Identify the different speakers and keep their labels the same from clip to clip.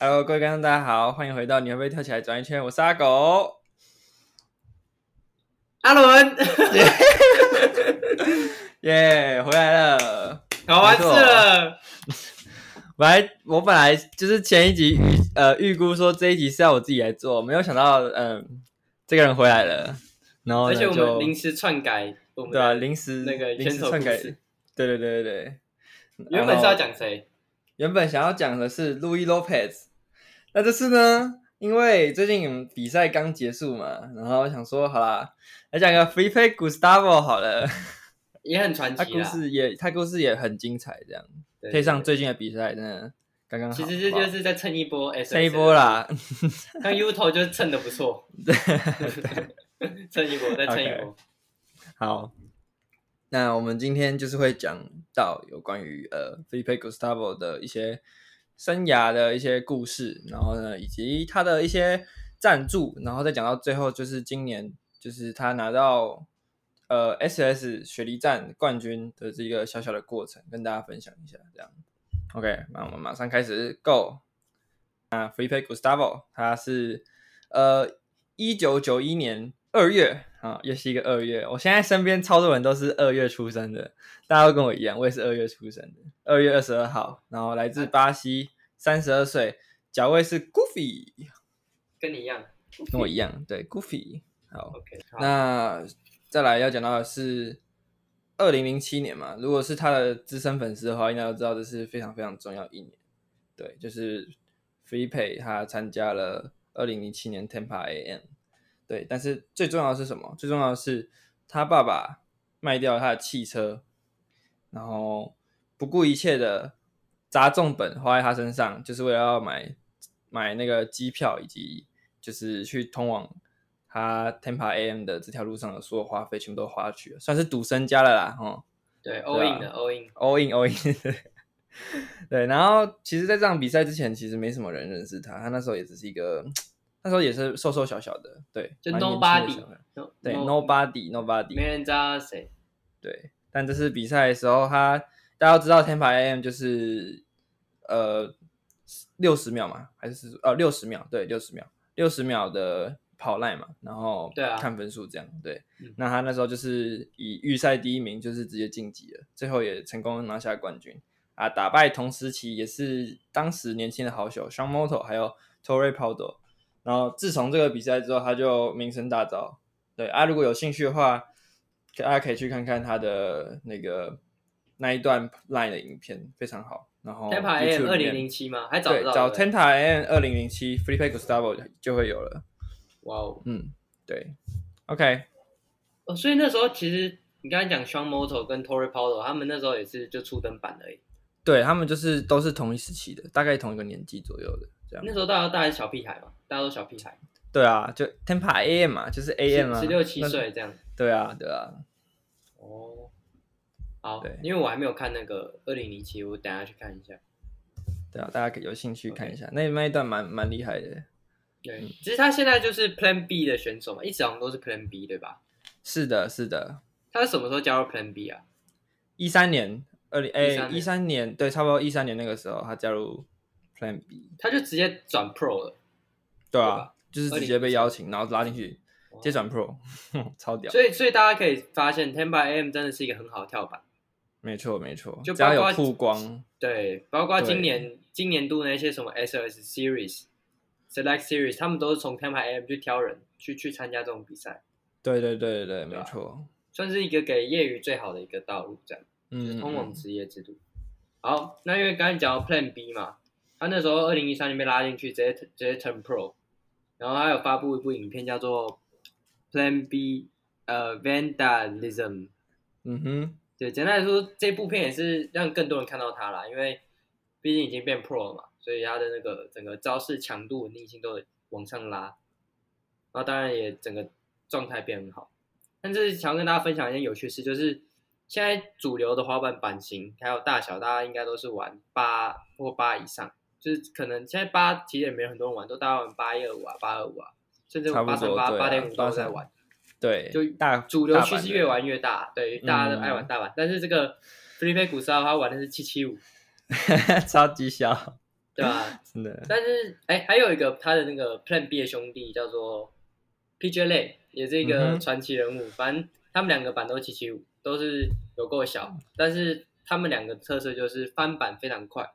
Speaker 1: Hello，各位观众，大家好，欢迎回到你会不会跳起来转一圈？我是阿狗。
Speaker 2: 阿伦，
Speaker 1: 耶、回来了。
Speaker 2: 搞完事了，
Speaker 1: 本来我本来就是前一集预呃预估说这一集是要我自己来做，没有想到嗯、这个人回来了，然后
Speaker 2: 而
Speaker 1: 呢
Speaker 2: 且我
Speaker 1: 就
Speaker 2: 们临时篡改我们
Speaker 1: 对啊
Speaker 2: 的，
Speaker 1: 临时
Speaker 2: 那个
Speaker 1: 临时
Speaker 2: 选手
Speaker 1: 篡
Speaker 2: 故
Speaker 1: 改，
Speaker 2: 事
Speaker 1: 对对对对对。
Speaker 2: 原本是要
Speaker 1: 然后
Speaker 2: 讲谁？
Speaker 1: 原本想要讲的是 Louis Lopez，那这次呢，因为最近比赛刚结束嘛，然后想说好啦，来讲个 Free Play Gustavo 好了。
Speaker 2: 也很传
Speaker 1: 他
Speaker 2: 奇
Speaker 1: 故
Speaker 2: 啦。
Speaker 1: 事也他故事也很精彩，这样
Speaker 2: 对
Speaker 1: 配上
Speaker 2: 对
Speaker 1: 最近的比赛，真的刚刚好。
Speaker 2: 其实这
Speaker 1: 好不
Speaker 2: 就
Speaker 1: 好
Speaker 2: 是在蹭一波 S
Speaker 1: 这一波，啦。
Speaker 2: 像 U 头就蹭的不错，蹭一波再蹭一波。
Speaker 1: 好，那我们今天就是会讲到有关于呃 Felipe Gustavo 的一些生涯的一些故事，然后呢，以及他的一些赞助，然后再讲到最后就是今年就是他拿到呃 SS 雪梨站冠军的这个小小的过程，跟大家分享一下。这样，OK，那我们马上开始，Go。那 Felipe Gustavo 他是呃，一九九一年二月啊，又是一个二月。我现在身边超多人都是二月出生的，大家都跟我一样，我也是二月出生的，二月二十二号，然后来自巴西，三十二岁，脚位是 Goofy，
Speaker 2: 跟你一样
Speaker 1: 跟我一样，对 Goofy。好，
Speaker 2: ，OK，好
Speaker 1: 那再来要讲到的是二零零七年嘛，如果是他的资深粉丝的话，应该都知道这是非常非常重要一年。对，就是 Free Pay 他参加了二零零七年 Tampa AM。对，但是最重要的是什么？最重要的是他爸爸卖掉了他的汽车，然后不顾一切的砸重本花在他身上，就是为了要买买那个机票以及就是去通往他 Tampa AM 的这条路上的所有花费全部都花去了，算是赌身家了啦，哈。
Speaker 2: 对 all in
Speaker 1: 啊
Speaker 2: 的 all in，
Speaker 1: all in all in 。 对，然后其实，在这场比赛之前，其实没什么人认识他，他那时候也只是一个，那时候也是瘦瘦小小的，对，
Speaker 2: 就
Speaker 1: 蛮年轻的
Speaker 2: nobody
Speaker 1: 小孩对
Speaker 2: No- no
Speaker 1: ，nobody nobody，
Speaker 2: 没人知道他是谁，
Speaker 1: 对，但这次比赛的时候他，大家都知道 Tampa AM 就是呃六十秒嘛，还是呃六十秒？对，六十秒，六十秒的跑赖嘛，然后
Speaker 2: 对啊
Speaker 1: 看分数这样。对，
Speaker 2: 嗯
Speaker 1: 那他那时候就是以预赛第一名，就是直接晋级了，最后也成功拿下冠军啊，打败同时期也是当时年轻的好手 Sean Moto 还有 Torre p o d o 然后自从这个比赛之后，他就名声大噪。对啊，如果有兴趣的话，可大家可以去看看他的那个那一段 Line 的影片，非常好。然后
Speaker 2: Tampa AM 二
Speaker 1: 哦 YouTube 里
Speaker 2: 零
Speaker 1: 面
Speaker 2: 零七吗？还找
Speaker 1: 对
Speaker 2: 得到？
Speaker 1: 找
Speaker 2: 对不对
Speaker 1: Tenta N 二零零七 Free Pay Gustavo 就会有了。
Speaker 2: 哇哦，
Speaker 1: 嗯，对，OK，
Speaker 2: 哦，所以那时候其实你刚才讲 Sean Moto 跟 Torre p o d o 他们那时候也是就初登版而已，
Speaker 1: 对他们就是都是同一时期的，大概同一个年纪左右的这样
Speaker 2: 那。时候大家大家是小屁孩嘛，大家都小屁孩，
Speaker 1: 对啊，就 Tempa AM 嘛，就是 AM 啊，
Speaker 2: 十六七
Speaker 1: 那。
Speaker 2: 岁这样。
Speaker 1: 对啊，对啊，
Speaker 2: 哦，好
Speaker 1: 对，
Speaker 2: 因为我还没有看那个二零零七，我等下去看一下。
Speaker 1: 对啊，大家可以有兴趣看一下那那一段蛮蛮厉害的。
Speaker 2: 对，嗯其实他现在就是 Plan B 的选手嘛，一直好像都是 Plan B 对吧？
Speaker 1: 是的，是的，
Speaker 2: 他是什么时候加入 Plan B 啊？
Speaker 1: 一三年，二零哎
Speaker 2: 13
Speaker 1: 一
Speaker 2: 年
Speaker 1: 三年，对，差不多一三年那个时候，他加入 Plan B，
Speaker 2: 他就直接转 Pro 了，
Speaker 1: 对
Speaker 2: 对
Speaker 1: 啊
Speaker 2: 吧，
Speaker 1: 就是直接被邀请，然后拉进去，直接转 Pro，超 屌。
Speaker 2: 所以所以大家可以发现 t e m p a AM 真的是一个很好的跳板，
Speaker 1: 没错，没错，
Speaker 2: 就
Speaker 1: 只要有
Speaker 2: 包括
Speaker 1: 曝光，
Speaker 2: 对，包括
Speaker 1: 对
Speaker 2: 今年今年度那些什么 SOS Series、Select Series，他们都是从 t e m p a AM 去挑人去去参加这种比赛，
Speaker 1: 对对对对对，没
Speaker 2: 啊
Speaker 1: 错，
Speaker 2: 算是一个给业余最好的一个道路这样。就是
Speaker 1: 嗯，
Speaker 2: 通往
Speaker 1: 嗯
Speaker 2: 职业制度。好，那因为刚才讲到 Plan B 嘛，他那时候二零一三年被拉进去，直接直接 turn pro，然后他有发布一部影片叫做 Plan B 呃 Vandalism，
Speaker 1: 嗯哼，
Speaker 2: 对，简单来说，这部片也是让更多人看到他啦，因为毕竟已经变 pro 了嘛，所以他的那个整个招式强度、稳定性都有往上拉，然后当然也整个状态变很好。但这是想要跟大家分享一件有趣的事，就是现在主流的滑板版型还有大小，大家应该都是玩八或八以上，就是可能现在八其实也没有很多人玩，都大家玩八一二五啊、八二五啊，甚至
Speaker 1: 差
Speaker 2: 八
Speaker 1: 不
Speaker 2: 三
Speaker 1: 多
Speaker 2: 八、
Speaker 1: 对
Speaker 2: 八
Speaker 1: 啊
Speaker 2: 点五都在
Speaker 1: 83
Speaker 2: 玩。
Speaker 1: 对，
Speaker 2: 就
Speaker 1: 大
Speaker 2: 主流
Speaker 1: 大
Speaker 2: 趋
Speaker 1: 版
Speaker 2: 势
Speaker 1: 的
Speaker 2: 越玩越大，对，大家都爱
Speaker 1: 嗯
Speaker 2: 玩 大碗。但是这个菲利佩古斯奥他玩的是七七五，
Speaker 1: 超级小，
Speaker 2: 对吧？
Speaker 1: 真的，
Speaker 2: 但是哎、还有一个他的那个 Plan B 的兄弟叫做 PJ Lay，也是一
Speaker 1: 嗯
Speaker 2: 个
Speaker 1: 哼
Speaker 2: 传奇人物。反正他们两个版都七七五，都是有够小，但是他们两个特色就是翻版非常快，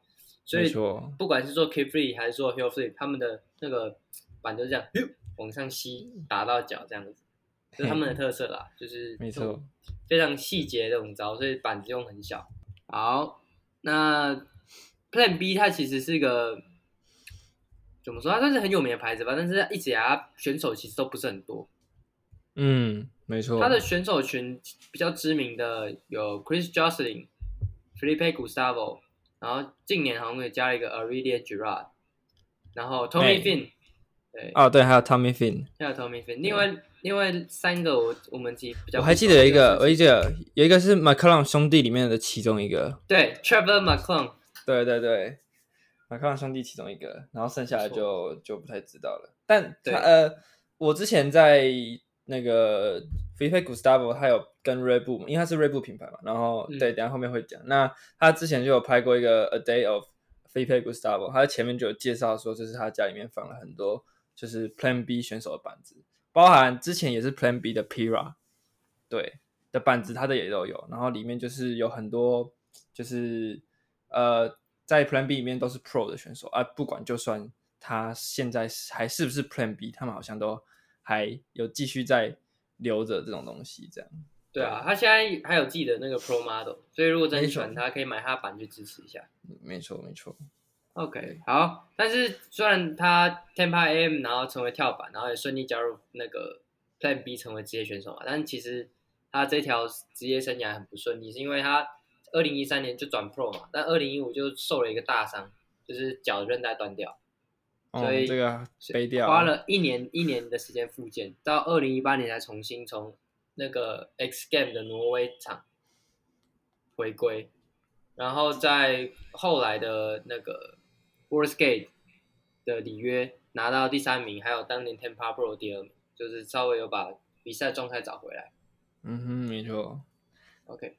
Speaker 2: 所
Speaker 1: 没
Speaker 2: 以
Speaker 1: 错，
Speaker 2: 不管是做 K Free 还是做 Hill Free，他们的那个版都是这样咻往上吸，打到脚这样子，这是他们的特色啦，就是
Speaker 1: 没
Speaker 2: 这种
Speaker 1: 错，
Speaker 2: 非常细节的这种招，所以板子用很小。好，那 Plan B 它其实是一个怎么说？它算是很有名的牌子吧，但是一直以来它选手其实都不是很多。
Speaker 1: 嗯，没错，
Speaker 2: 它的选手群比较知名的有 Chris Jocelyn、Felipe Gustavo，然后近年好像也加了一个 Aurelia Girard，然后 Tommy
Speaker 1: 哎
Speaker 2: Finn，对，
Speaker 1: 哦，对，还有 Tommy Finn，
Speaker 2: 还有 Tommy Finn。另外另外三个我我们其实比较
Speaker 1: 我
Speaker 2: 不
Speaker 1: 还
Speaker 2: 熟
Speaker 1: 记得有一个，
Speaker 2: 就
Speaker 1: 我
Speaker 2: 是
Speaker 1: 记得有一个是 McClung 兄弟里面的其中一个，
Speaker 2: 对 Trevor McClung。
Speaker 1: 对对对，McClung 兄弟其中一个，然后剩下的
Speaker 2: 没
Speaker 1: 就就不太知道了。但
Speaker 2: 对
Speaker 1: 他呃，我之前在那个 f i p e Gustavo 他有跟 r e b o 因为他是 r e b o 品牌嘛，然后、
Speaker 2: 嗯
Speaker 1: 对，等一下后面会讲。那他之前就有拍过一个 A Day of f i p e Gustavo，他前面就有介绍说，就是他家里面放了很多就是 Plan B 选手的板子，包含之前也是 Plan B 的 Pira，对的板
Speaker 2: 嗯
Speaker 1: 子，它的也都有。然后里面就是有很多，就是呃，在 Plan B 里面都是 Pro 的选手啊，不管就算他现在是还是不是 Plan B，他们好像都还有继续在留着这种东西，这样
Speaker 2: 对啊，他现在还有自己的那个 Pro Model，所以如果真的喜欢
Speaker 1: 没
Speaker 2: 他，可以买他的版去支持一下。
Speaker 1: 没错没错，
Speaker 2: OK，好。但是虽然他 Tampa AM 然后成为跳板，然后也顺利加入那个 Plan B 成为职业选手嘛，但其实他这条职业生涯很不顺利，是因为他二零一三年就转 Pro 嘛，但二零一五就受了一个大伤，就是脚韧带断掉，所以
Speaker 1: 嗯、这个
Speaker 2: 所以
Speaker 1: 背掉
Speaker 2: 花了一年一年的时间复健，到二零一八年才重新从那个 X Game 的挪威场回归，然后在后来的那个 World Skate 的里约拿到第三名，还有当年 Tempa Pro 第二名，就是稍微有把比赛状态找回来。
Speaker 1: 嗯哼，没错。
Speaker 2: OK，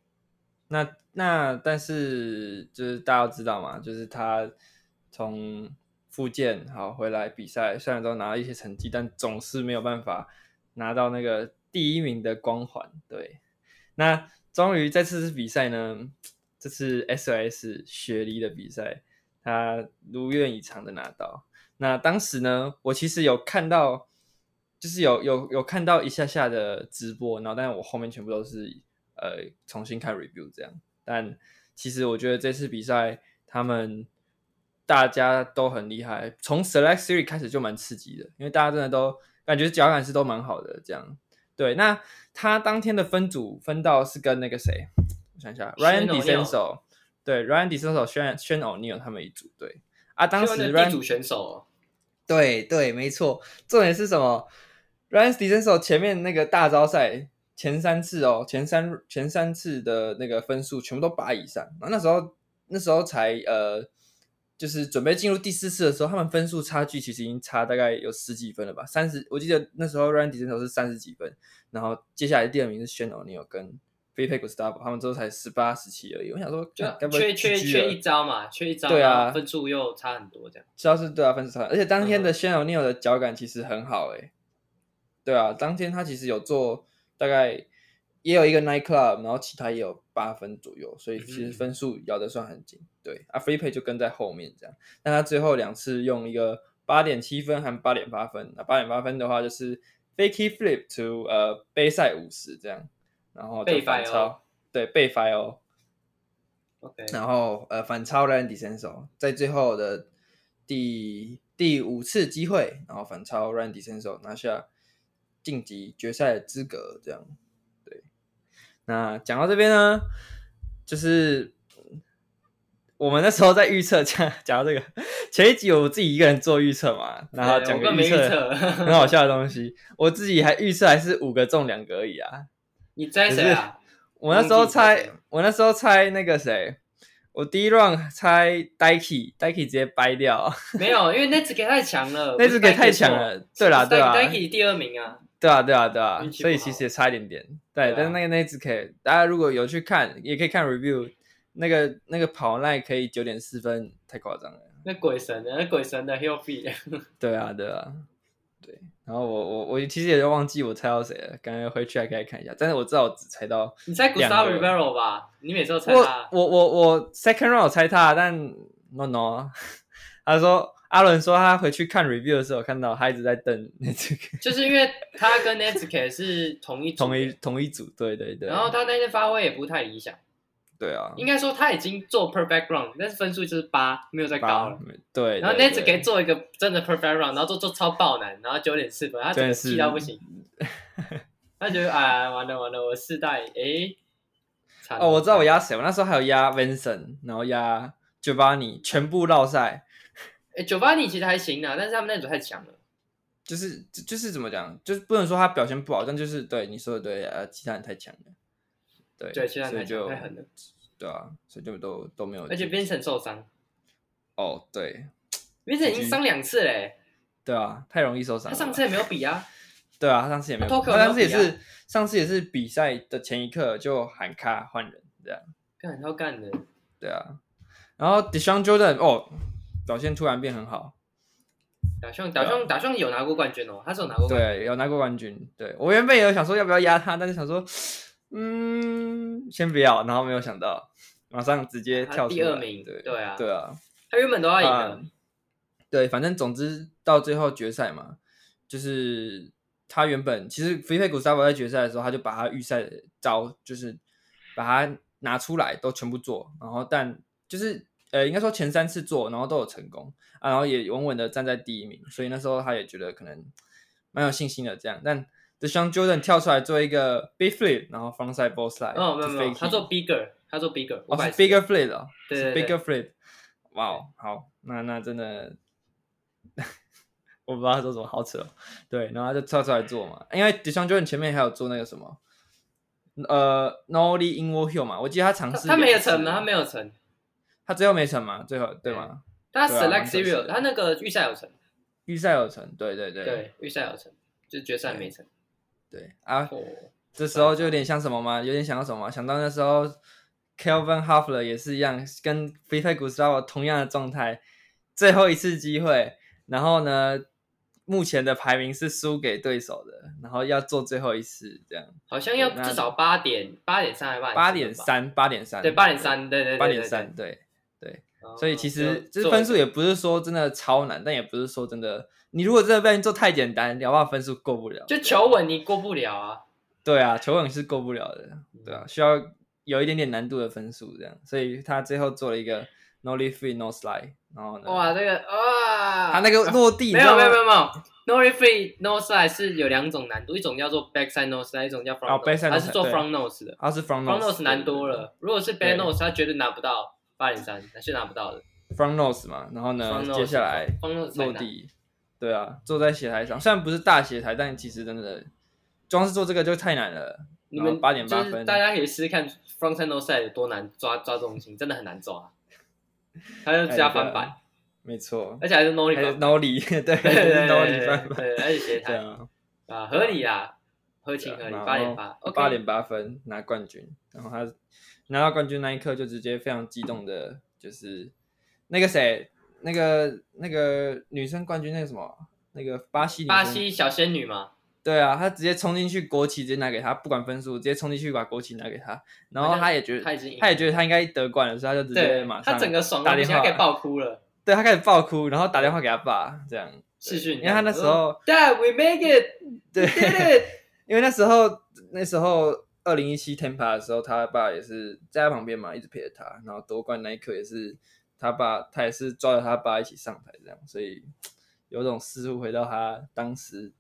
Speaker 1: 那那但是就是大家都知道嘛，就是他从复健好回来比赛，虽然都拿了一些成绩，但总是没有办法拿到那个第一名的光环。对，那终于在这次比赛呢，这次 SOS 雪梨的比赛，他如愿以偿的拿到。那当时呢，我其实有看到，就是有有有看到一下下的直播，然后但是我后面全部都是呃重新看 review 这样。但其实我觉得这次比赛他们大家都很厉害，从 Select Series 开始就蛮刺激的，因为大家真的都感觉脚感是都蛮好的这样。对，那他当天的分组分到是跟那个谁，我想一下
Speaker 2: Shane
Speaker 1: ，Ryan d e s e n
Speaker 2: O'Neal
Speaker 1: s o 对，Ryan d e s e n s o 轩轩 O'Neal 他们一组，对啊，当时
Speaker 2: 台湾的
Speaker 1: Ryan
Speaker 2: 地主选手、哦，
Speaker 1: 对对，没错。重点是什么？Ryan d e s e n s o 前面那个大招赛前三次哦，前三前三次的那个分数全部都八以上。然后那时候那时候才呃，就是准备进入第四次的时候，他们分数差距其实已经差大概有十几分了吧，三十。我记得那时候 Ryan d e s e n s o 是三十几分，然后接下来第二名是 s h a n o n e 跟 f i p e Gustavo，他们都才十八十七而已。我想说，
Speaker 2: 就
Speaker 1: 干嗯该不
Speaker 2: 缺
Speaker 1: 会
Speaker 2: 缺
Speaker 1: GG
Speaker 2: 缺
Speaker 1: 了
Speaker 2: 一招嘛，缺一招，
Speaker 1: 对啊
Speaker 2: 然后分数又差很多这样。
Speaker 1: 主要是对啊，分数差，而且当天
Speaker 2: 嗯
Speaker 1: 的 s h a n o n e l 的脚感其实很好诶、欸对啊，当天他其实有做大概也有一个 night club，然后其他也有八分左右，所以其实
Speaker 2: 嗯
Speaker 1: 分数咬得算很紧。对啊，Free Pay 就跟在后面这样。那他最后两次用一个八点七分和八点八分，那八点八分的话就是 Fakey Flip to 呃杯赛五十这样，然后就
Speaker 2: 被
Speaker 1: 反
Speaker 2: file
Speaker 1: 超，对被哦 f i l
Speaker 2: OK，
Speaker 1: 然后呃反超 Ryan d e s e n s o 在最后的第第五次机会，然后反超 Ryan d e s e n s o 拿下晋级决赛的资格，这样。对，那讲到这边呢，就是我们那时候在预测，讲讲到这个前一集我自己一个人做预测嘛，然后
Speaker 2: 对
Speaker 1: 讲
Speaker 2: 我
Speaker 1: 个
Speaker 2: 根本没预
Speaker 1: 测。
Speaker 2: 测，
Speaker 1: 很好笑的东西，我自己还预测还是五个中两个而已啊！
Speaker 2: 你猜谁啊？
Speaker 1: 我那时候
Speaker 2: 忘记你猜谁
Speaker 1: 猜
Speaker 2: 了，
Speaker 1: 我那时候猜那个谁，我第一 round 猜 Dikey，Dikey 直接掰掉，
Speaker 2: 没有，因为那只给太强了，
Speaker 1: 那只给太强
Speaker 2: 不是 Nike
Speaker 1: 了
Speaker 2: 错。。
Speaker 1: 对啦，
Speaker 2: d
Speaker 1: 对啦，
Speaker 2: d i k e 第二名啊，
Speaker 1: 对啊，对啊，对啊
Speaker 2: 运，气不
Speaker 1: 所
Speaker 2: 好
Speaker 1: 以其实也差一点点。对，
Speaker 2: 对啊
Speaker 1: 但是那个那只可以，大家如果有去看，也可以看 review，那个那个跑耐可以九点四分，太夸张了。
Speaker 2: 那鬼神的，那鬼神的 Hill B，
Speaker 1: 对啊，对啊，对。然后我我我其实也就忘记我猜到谁了，刚才回去还可以看一下。但是我知道我只猜到
Speaker 2: 你猜
Speaker 1: 两个
Speaker 2: Gustavo Rivero 吧？你每次都猜
Speaker 1: 我
Speaker 2: 他，
Speaker 1: 我我我 second round 我猜他，但 no no，他 说阿伦说他回去看 review 的时候看到他一直在瞪那这个
Speaker 2: 就是因为他跟 Netsuke 是同一组
Speaker 1: 同一，同一组，对对对，
Speaker 2: 然后他那天发挥也不太理想，
Speaker 1: 对啊，
Speaker 2: 应该说他已经做 perfect round，但是分数就是八，没有再
Speaker 1: 八
Speaker 2: 高了。
Speaker 1: 对，
Speaker 2: 然后
Speaker 1: 对
Speaker 2: Netsuke 做一个真的 perfect round，然后做做超爆难，然后九点四分，他整
Speaker 1: 真
Speaker 2: 个
Speaker 1: 是
Speaker 2: 气到不 行，他觉得啊完了完了，我世代哎，惨了
Speaker 1: 哦，我知道我压谁，我那时候还有压 Vincent，然后压 Giovanni，全部绕赛，
Speaker 2: 哎九八你其实还行啊，但是他们那组太强
Speaker 1: 哦
Speaker 2: 了。
Speaker 1: 就是就就是怎么讲，就是不能说他表现不好，但就是对你说的对，呃，其他人太强了，对
Speaker 2: 对其他
Speaker 1: 所以
Speaker 2: 人太强
Speaker 1: 就
Speaker 2: 太狠了，
Speaker 1: 对啊，所以就都都没有进，
Speaker 2: 而且 Vincent 受伤
Speaker 1: 哦，对
Speaker 2: ，Vincent 已经伤两次嘞、欸
Speaker 1: 对啊，太容易受伤
Speaker 2: 他
Speaker 1: 了吧，
Speaker 2: 上次也没有比啊。
Speaker 1: 对啊，他上次也没
Speaker 2: 他
Speaker 1: 有，
Speaker 2: Tokyo
Speaker 1: 他上次也
Speaker 2: 没有比啊
Speaker 1: 是上次也是比赛的前一刻就喊卡换人这样。
Speaker 2: 干超干的，
Speaker 1: 对啊，然后 Deshaun Jordan 哦，表现突然变很好，
Speaker 2: 打上
Speaker 1: 啊
Speaker 2: 打上打上有拿过冠军哦，他是有拿过冠军，
Speaker 1: 对，有拿过冠军。对我原本也有想说要不要压他，但是想说，嗯，先不要，然后没有想到，马上直接
Speaker 2: 啊他
Speaker 1: 跳出来
Speaker 2: 第二名，
Speaker 1: 对
Speaker 2: 对啊，
Speaker 1: 对啊，
Speaker 2: 他原本都要赢的
Speaker 1: 啊，对，反正总之到最后决赛嘛，就是他原本其实菲菲古萨博在决赛的时候，他就把他预赛的招就是把它拿出来都全部做，然后但就是呃应该说前三次做，然后都有成功啊，然后也稳稳的站在第一名，所以那时候他也觉得可能蛮有信心的这样，但。The s h a n Jordan 跳出来做一个 big flip，然后 front side both side，
Speaker 2: 哦，没有没有，
Speaker 1: 就 fake
Speaker 2: 他
Speaker 1: hit
Speaker 2: 做 bigger，他做 bigger，
Speaker 1: 哦
Speaker 2: 五
Speaker 1: 是
Speaker 2: 百
Speaker 1: bigger flip 哦，
Speaker 2: 对
Speaker 1: 是
Speaker 2: 对对
Speaker 1: bigger flip，哇哦，好，那那真的， 我不知道他说什么，好扯、哦，对，然后他就跳出来做嘛，因为 d e s h a n Jordan 前面还有做那个什么，呃，Nolly i n w a r Hill 嘛，我记得他尝
Speaker 2: 他
Speaker 1: 试
Speaker 2: 他没有
Speaker 1: 两次
Speaker 2: 成吗？啊他没有成，
Speaker 1: 他最后没成嘛，最后对吗？
Speaker 2: 但他
Speaker 1: 对啊
Speaker 2: select
Speaker 1: 蛮可惜的
Speaker 2: serial，他那个预赛有成，
Speaker 1: 预赛有成，对对对
Speaker 2: 对，预赛有成，就决赛没成。
Speaker 1: 对啊，
Speaker 2: 哦，
Speaker 1: 这时候就
Speaker 2: 啊
Speaker 1: 有点像什么吗？有点想到什么吗？想到那时候 Kelvin h o f l e r 也是一样，跟 f i t a Gustavo 同样的状态，最后一次机会，然后呢，目前的排名是输给对手的，然后要做最后一次，这样
Speaker 2: 好像要
Speaker 1: 对那
Speaker 2: 至少八点八点三还是
Speaker 1: 八点
Speaker 2: 吧，
Speaker 1: 三，八点三，
Speaker 2: 对八点，三，对对对哦
Speaker 1: 八点三，，对。
Speaker 2: 对
Speaker 1: 所以其实就
Speaker 2: 就做
Speaker 1: 是
Speaker 2: 一
Speaker 1: 分数
Speaker 2: 个
Speaker 1: 也不是说真的超难，但也不是说真的，你如果真的被人做太简单，聊到分数过不了。
Speaker 2: 就求稳你过不了啊，
Speaker 1: 对啊，球网是过不了的，对啊，需要有一点点难度的分数这样，所以他最后做了一个 no leaf free no slide，然后呢，
Speaker 2: 哇这个啊，
Speaker 1: 他那个落地，
Speaker 2: 没有没有没
Speaker 1: 有，
Speaker 2: 有没有，no referee no side 是有两种难度，一种叫做 backside no side，一种叫 front
Speaker 1: 哦
Speaker 2: nose，
Speaker 1: ，backside
Speaker 2: 它是做
Speaker 1: nose，对
Speaker 2: front nose 的
Speaker 1: 他是 from
Speaker 2: ，front
Speaker 1: nose
Speaker 2: nose 难多了。如果是 back
Speaker 1: 对
Speaker 2: nose，他绝对拿不到八点三，他是拿不到的。
Speaker 1: from nose 嘛，然后呢
Speaker 2: front，nose
Speaker 1: 嗯接下来
Speaker 2: front nose 才
Speaker 1: 落
Speaker 2: 难，
Speaker 1: 地，对啊，坐在斜台上，虽然不是大斜台，但其实真的光是做这个就太难了，
Speaker 2: 你
Speaker 1: 然
Speaker 2: 们
Speaker 1: 后8.8
Speaker 2: 就是
Speaker 1: 分
Speaker 2: 大家可以试试看 front side no side 有多难抓抓重心，真的很难抓。他就加翻
Speaker 1: 哎
Speaker 2: 板，
Speaker 1: 没错，
Speaker 2: 而且还是 no
Speaker 1: 还有
Speaker 2: referee，
Speaker 1: no 理，对，
Speaker 2: 对对对
Speaker 1: ，no
Speaker 2: 对
Speaker 1: 理
Speaker 2: 对
Speaker 1: 翻
Speaker 2: 对，
Speaker 1: 版，
Speaker 2: 对而且斜
Speaker 1: 对
Speaker 2: 台
Speaker 1: 啊，
Speaker 2: 啊，合理啊，合情合理，八点八，OK，
Speaker 1: 八点八分拿冠军，然后他拿到冠军那一刻就直接非常激动的，就是那个谁，那个那个女生冠军那个什么，那个巴西女生
Speaker 2: 巴西小仙女嘛，
Speaker 1: 对啊，他直接冲进去，国旗直接拿给他，不管分数，直接冲进去把国旗拿给他，然后他也觉得
Speaker 2: 他已经赢了
Speaker 1: 他也觉得他应该得冠了，所以他就直接
Speaker 2: 对
Speaker 1: 马，上
Speaker 2: 他整个爽
Speaker 1: 打
Speaker 2: 到不
Speaker 1: 电
Speaker 2: 行，他
Speaker 1: 话
Speaker 2: 给爆哭了。
Speaker 1: 对他开始爆哭，然后打电话给他爸这样，
Speaker 2: 视讯，嗯
Speaker 1: 因为他那时候
Speaker 2: ，Dad, we make it, we
Speaker 1: 对
Speaker 2: did it。
Speaker 1: 因为那时候那时候二零一七 Tampa 的时候，他爸也是在他旁边嘛，一直陪着他，然后夺冠那一刻也是他爸，他也是抓着他爸一起上台这样，所以有种似乎回到他当时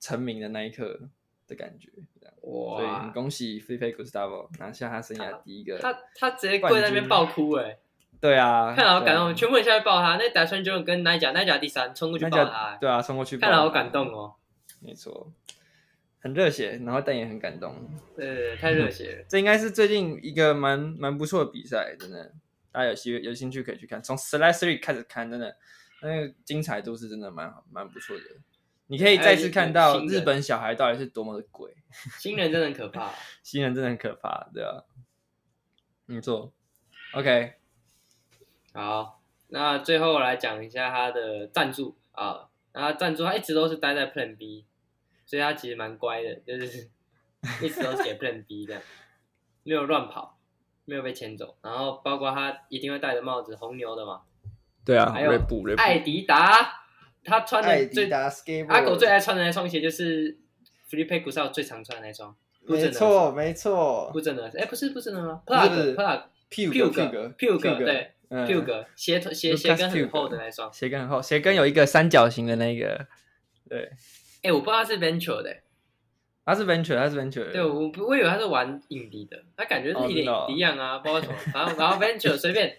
Speaker 1: 成名的那一刻的感觉，这样。 所以很
Speaker 2: 哇，
Speaker 1: 恭喜 f i p e Gustavo 拿下他生涯第一个，
Speaker 2: 他他直接跪在那边爆哭哎，
Speaker 1: 对啊，
Speaker 2: 看了好感
Speaker 1: 对
Speaker 2: 动，
Speaker 1: 啊，
Speaker 2: 全部人下去抱他。那打算就跟奈甲，奈甲第三冲过去
Speaker 1: 那
Speaker 2: 抱他
Speaker 1: 家
Speaker 2: 欸，
Speaker 1: 对啊，冲过去，
Speaker 2: 看了好感，动哦。
Speaker 1: 没错，很热血，然后但也很感动，
Speaker 2: 对，太 热血了。
Speaker 1: 这应该是最近一个蛮蛮不错的比赛，真的，大家有兴有兴趣可以去看，从 Slide Three 开始看，真的那个精彩度是真的蛮好蛮不错的。你可以再次看
Speaker 2: 还有
Speaker 1: 到
Speaker 2: 一个
Speaker 1: 日本小孩到底是多么的鬼，
Speaker 2: 新人真的很可怕。
Speaker 1: 新人真的很可怕，对啊，没错。OK，
Speaker 2: 好，那最后来讲一下他的赞助啊，然后赞助他一直都是待在 Plan B，所以他其实蛮乖的，就是 一直都是给 Plan B 这样，没有乱跑，没有被牵走。然后包括他一定会戴的帽子，红牛的嘛，
Speaker 1: 对啊，
Speaker 2: 还有
Speaker 1: 锐步，锐步，
Speaker 2: 艾迪达，他穿
Speaker 1: 艾
Speaker 2: 的
Speaker 1: 迪
Speaker 2: 最
Speaker 1: 达 skateboard，
Speaker 2: 阿狗最爱穿的那双鞋就是 Felipe g u s a 最常穿的那双，
Speaker 1: 没错没错
Speaker 2: 不，正的，哎，不是不正的吗
Speaker 1: 哦不是不是
Speaker 2: ？Plug
Speaker 1: 屁
Speaker 2: Plug
Speaker 1: 股屁股
Speaker 2: Plug 对
Speaker 1: 嗯
Speaker 2: Plug 鞋头鞋鞋跟很厚的那双，
Speaker 1: 鞋跟很厚，鞋跟有一个三角形的那个，对，
Speaker 2: 哎，我不知道他是 Venture 的，
Speaker 1: 它是 venture，它是 venture，
Speaker 2: 对，我不我以为他是玩影迪的，他感觉是一点
Speaker 1: 哦真的哦
Speaker 2: 影迪样啊，不知道为什么，然后然后 Venture 随便，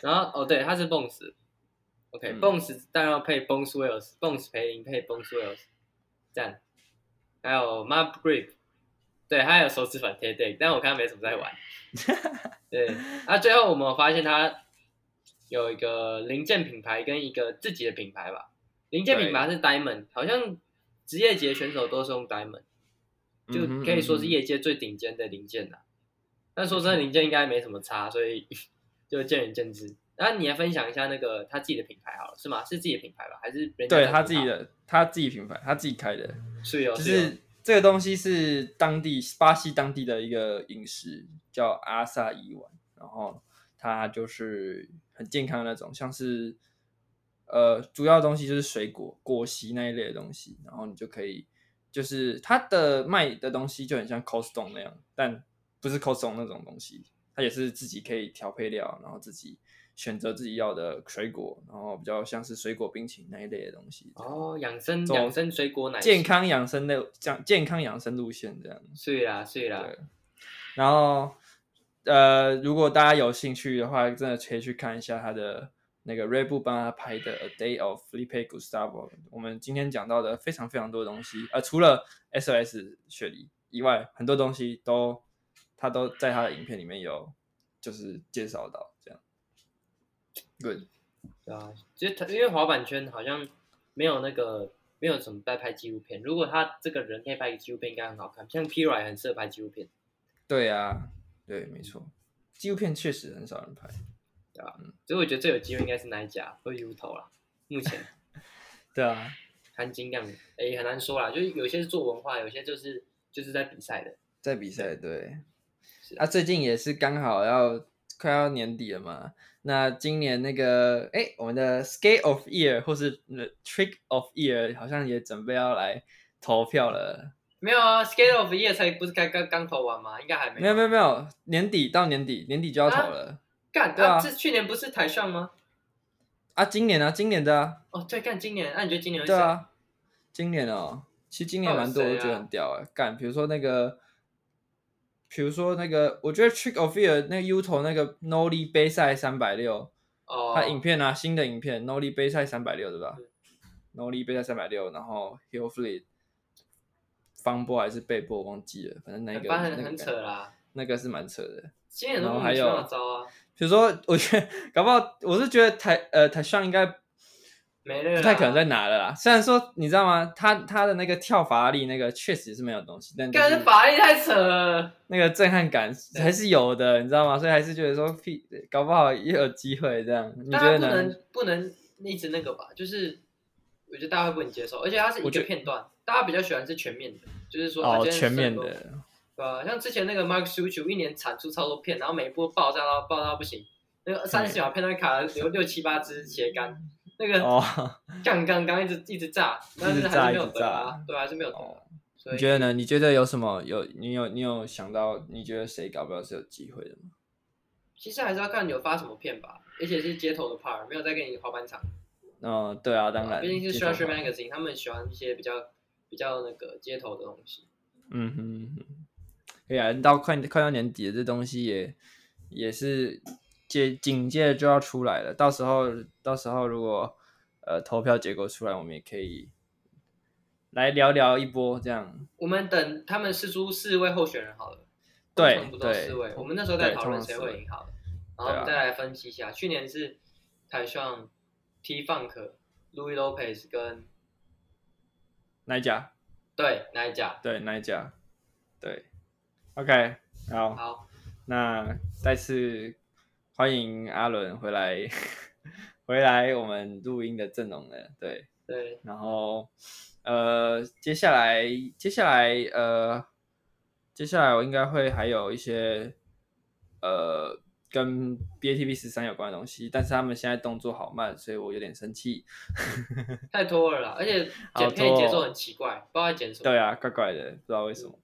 Speaker 2: 然后哦对，他是 Bones，OK
Speaker 1: 嗯
Speaker 2: Bones 当然要配 Bones Wells，Bones 培林配 Bones Wells，这样，还有 Map Grip，对，还有手指反贴 deck，但我看他没什么 在玩。对，啊，最后我们有发现他有一个零件品牌跟一个自己的品牌吧，零件品牌是 Diamond，好像职业级的选手都是用 Diamond。就
Speaker 1: 嗯
Speaker 2: 可以说是
Speaker 1: 业。
Speaker 2: 业界最顶尖的零件了。但说真的，零件应该没什么差，所以 就见仁见智。那你来分享一下那个他自己的品牌好了，是吗？是自己的品牌吧，还是人家
Speaker 1: 对
Speaker 2: 在
Speaker 1: 他
Speaker 2: 品
Speaker 1: 自己
Speaker 2: 牌？
Speaker 1: 的，他自己品牌，他自己开的，
Speaker 2: 是哦有，
Speaker 1: 就是是这个东西是当地巴西当地的一个饮食，叫阿萨伊碗，然后它就是很健康的那种，像是呃主要的东西就是水果、果昔那一类的东西，然后你就可以就是它的卖的东西就很像 Costco 那样，但不是 Costco 那种东西，它也是自己可以调配料，然后自己选择自己要的水果，然后比较像是水果冰淇淋那一类的东西。
Speaker 2: 哦，养生
Speaker 1: 走
Speaker 2: 养生水果奶昔
Speaker 1: 健，康养生的讲健康养生路线这样。
Speaker 2: 是啦是啦
Speaker 1: 对，然后呃，如果大家有兴趣的话，真的可以去看一下他的那个 Ray 布帮他拍的《A Day of Felipe Gustavo》。我们今天讲到的非常非常多的东西，呃，除了 SOS 雪梨以外，很多东西都他都在他的影片里面有就是介绍到这样。Good，
Speaker 2: 对啊，其实他因为滑板圈好像没有那个没有什么在拍纪录片，如果他这个人可以拍纪录片，应该很好看。像 Pira 也很适合拍纪录片，
Speaker 1: 对啊，对，没错，纪录片确实很少人拍。
Speaker 2: 所以我觉得最有机会应该是哪一家或 U 头啦，目前。
Speaker 1: 对啊，
Speaker 2: 含金量，哎、很难说啦，就是有些是做文化，有些就是就是在比赛的。
Speaker 1: 在比赛，对
Speaker 2: 是。
Speaker 1: 啊，最近也是刚好要快要年底了嘛。那今年那个，哎，我们的 Skate of Year 或是呃 Trick of Year 好像也准备要来投票了。
Speaker 2: 没有啊，Skate of Year 才不是刚刚刚投完吗？应该还没。
Speaker 1: 没有没有没有，年底到年底，年底就要投
Speaker 2: 啊
Speaker 1: 了
Speaker 2: 干，
Speaker 1: 对啊
Speaker 2: 啊，这去年不是台上吗？
Speaker 1: 啊。今年啊，今年的啊，
Speaker 2: 哦，对，干今年，那、你觉得今年会
Speaker 1: 对
Speaker 2: 谁？
Speaker 1: 啊，今年哦，其实今年
Speaker 2: 到底
Speaker 1: 蛮多，我
Speaker 2: 谁
Speaker 1: 觉得
Speaker 2: 啊
Speaker 1: 很屌哎、干，比如说那个，比如说那个，我觉得 Trick of Year 那个 U 头那个 Nolly 杯赛三百六。
Speaker 2: 哦，
Speaker 1: 他影片啊，新的影片 Nolly 杯赛三百六对吧？Nolly 杯赛三百六，然后 Hill Fleet 方波还是背波忘记了，反正那
Speaker 2: 很
Speaker 1: 个
Speaker 2: 棒
Speaker 1: 那
Speaker 2: 很
Speaker 1: 个
Speaker 2: 很
Speaker 1: 感
Speaker 2: 扯啦，
Speaker 1: 那个是蛮扯的。
Speaker 2: 今年都
Speaker 1: 然后
Speaker 2: 莫
Speaker 1: 还
Speaker 2: 名其
Speaker 1: 有
Speaker 2: 妙的招啊，
Speaker 1: 比如说，我觉得搞不好，我是觉得台呃台上应该不
Speaker 2: 没了啦，
Speaker 1: 太可能再拿了啦。虽然说你知道吗，他他的那个跳法拉力那个确实是没有东西，但就
Speaker 2: 干
Speaker 1: 是
Speaker 2: 这法力太扯了。
Speaker 1: 那个震撼感
Speaker 2: 对
Speaker 1: 还是有的，你知道吗？所以还是觉得说屁，搞不好也有机会这样。你
Speaker 2: 大
Speaker 1: 觉得
Speaker 2: 家不
Speaker 1: 呢？
Speaker 2: 能不能一直那个吧，就是我觉得大家会不能接受，而且它是一
Speaker 1: 我觉
Speaker 2: 个
Speaker 1: 得
Speaker 2: 片段，大家比较喜欢是全面的，就是说啊
Speaker 1: 哦，
Speaker 2: 今天
Speaker 1: 全面
Speaker 2: 什么
Speaker 1: 的，
Speaker 2: 对啊，像之前那个 Mark s u c h 一年产出超多片，然后每一部爆炸到爆炸到不行，那个三十秒片段卡了有六七八支斜杆，那个
Speaker 1: 哦，
Speaker 2: 杠杠杠一直一直炸，但是还是没有得啊，对啊，还是没有得啊、
Speaker 1: 哦
Speaker 2: 所
Speaker 1: 你
Speaker 2: 以
Speaker 1: 觉得呢？你觉得有什么有你有你有想到？你觉得谁搞不好是有机会的吗？
Speaker 2: 其实还是要看你有发什么片吧，而且是街头的 part，没有在跟你滑板场，
Speaker 1: 嗯，对啊，当然，
Speaker 2: 毕竟是
Speaker 1: 街头
Speaker 2: s h r
Speaker 1: 吧
Speaker 2: Magazine，他们喜欢一些比较比较那个街头的东西。
Speaker 1: 嗯哼哼，哎呀，到快快到年底了，这东西也也是接紧接着就要出来了。到时候到时候如果呃投票结果出来，我们也可以来聊聊一波这样。
Speaker 2: 我们等他们试出四位候选人好了。
Speaker 1: 对
Speaker 2: 通常不都
Speaker 1: 对
Speaker 2: 四位？我们那时候在
Speaker 1: 对
Speaker 2: 讨
Speaker 1: 通
Speaker 2: 论
Speaker 1: 常
Speaker 2: 谁
Speaker 1: 四
Speaker 2: 会
Speaker 1: 位
Speaker 2: 赢好了，然后我们
Speaker 1: 对
Speaker 2: 再
Speaker 1: 啊
Speaker 2: 来分析一下。去年是台上 T Funk、Louis Lopez 跟
Speaker 1: 哪一家？
Speaker 2: 对哪一家？
Speaker 1: 对，哪一家？对，OK，好，
Speaker 2: 好，
Speaker 1: 那再次欢迎阿伦回来。回来我们录音的阵容了，对，
Speaker 2: 对，
Speaker 1: 然后呃，接下来接下来呃，接下来我应该会还有一些呃跟 BATP 十三有关的东西，但是他们现在动作好慢，所以我有点生气。
Speaker 2: 太拖了啦，而且
Speaker 1: 好
Speaker 2: 剪片
Speaker 1: 拖
Speaker 2: 节
Speaker 1: 哦
Speaker 2: 奏很奇怪，不知道在剪什么。
Speaker 1: 对啊，怪怪的，不知道为什么。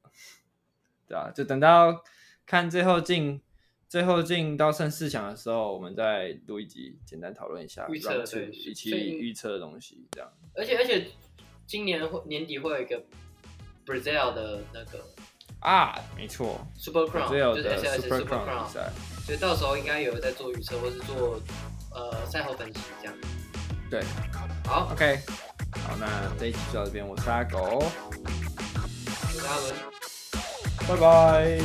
Speaker 1: 对啊，就等到看最后进最后进到剩四强的时候，我们再录一集，简单讨论一下
Speaker 2: 预测
Speaker 1: round two，
Speaker 2: 对
Speaker 1: 以
Speaker 2: 所
Speaker 1: 及
Speaker 2: 以
Speaker 1: 预测的东西，这样。
Speaker 2: 而且而且今年会年底会有一个 Brazil 的那个
Speaker 1: 啊，没错，
Speaker 2: Super
Speaker 1: 只
Speaker 2: Crown，
Speaker 1: 有
Speaker 2: 就是
Speaker 1: 的
Speaker 2: S S
Speaker 1: Super
Speaker 2: Super
Speaker 1: Crown 比
Speaker 2: Crown，
Speaker 1: 赛，
Speaker 2: 所以到时候应该有在做预测或是做呃赛后分析这样。
Speaker 1: 对
Speaker 2: 好，
Speaker 1: ，OK，好，那这一集就到这边，我是阿狗，
Speaker 2: 我是阿伦。
Speaker 1: 拜拜。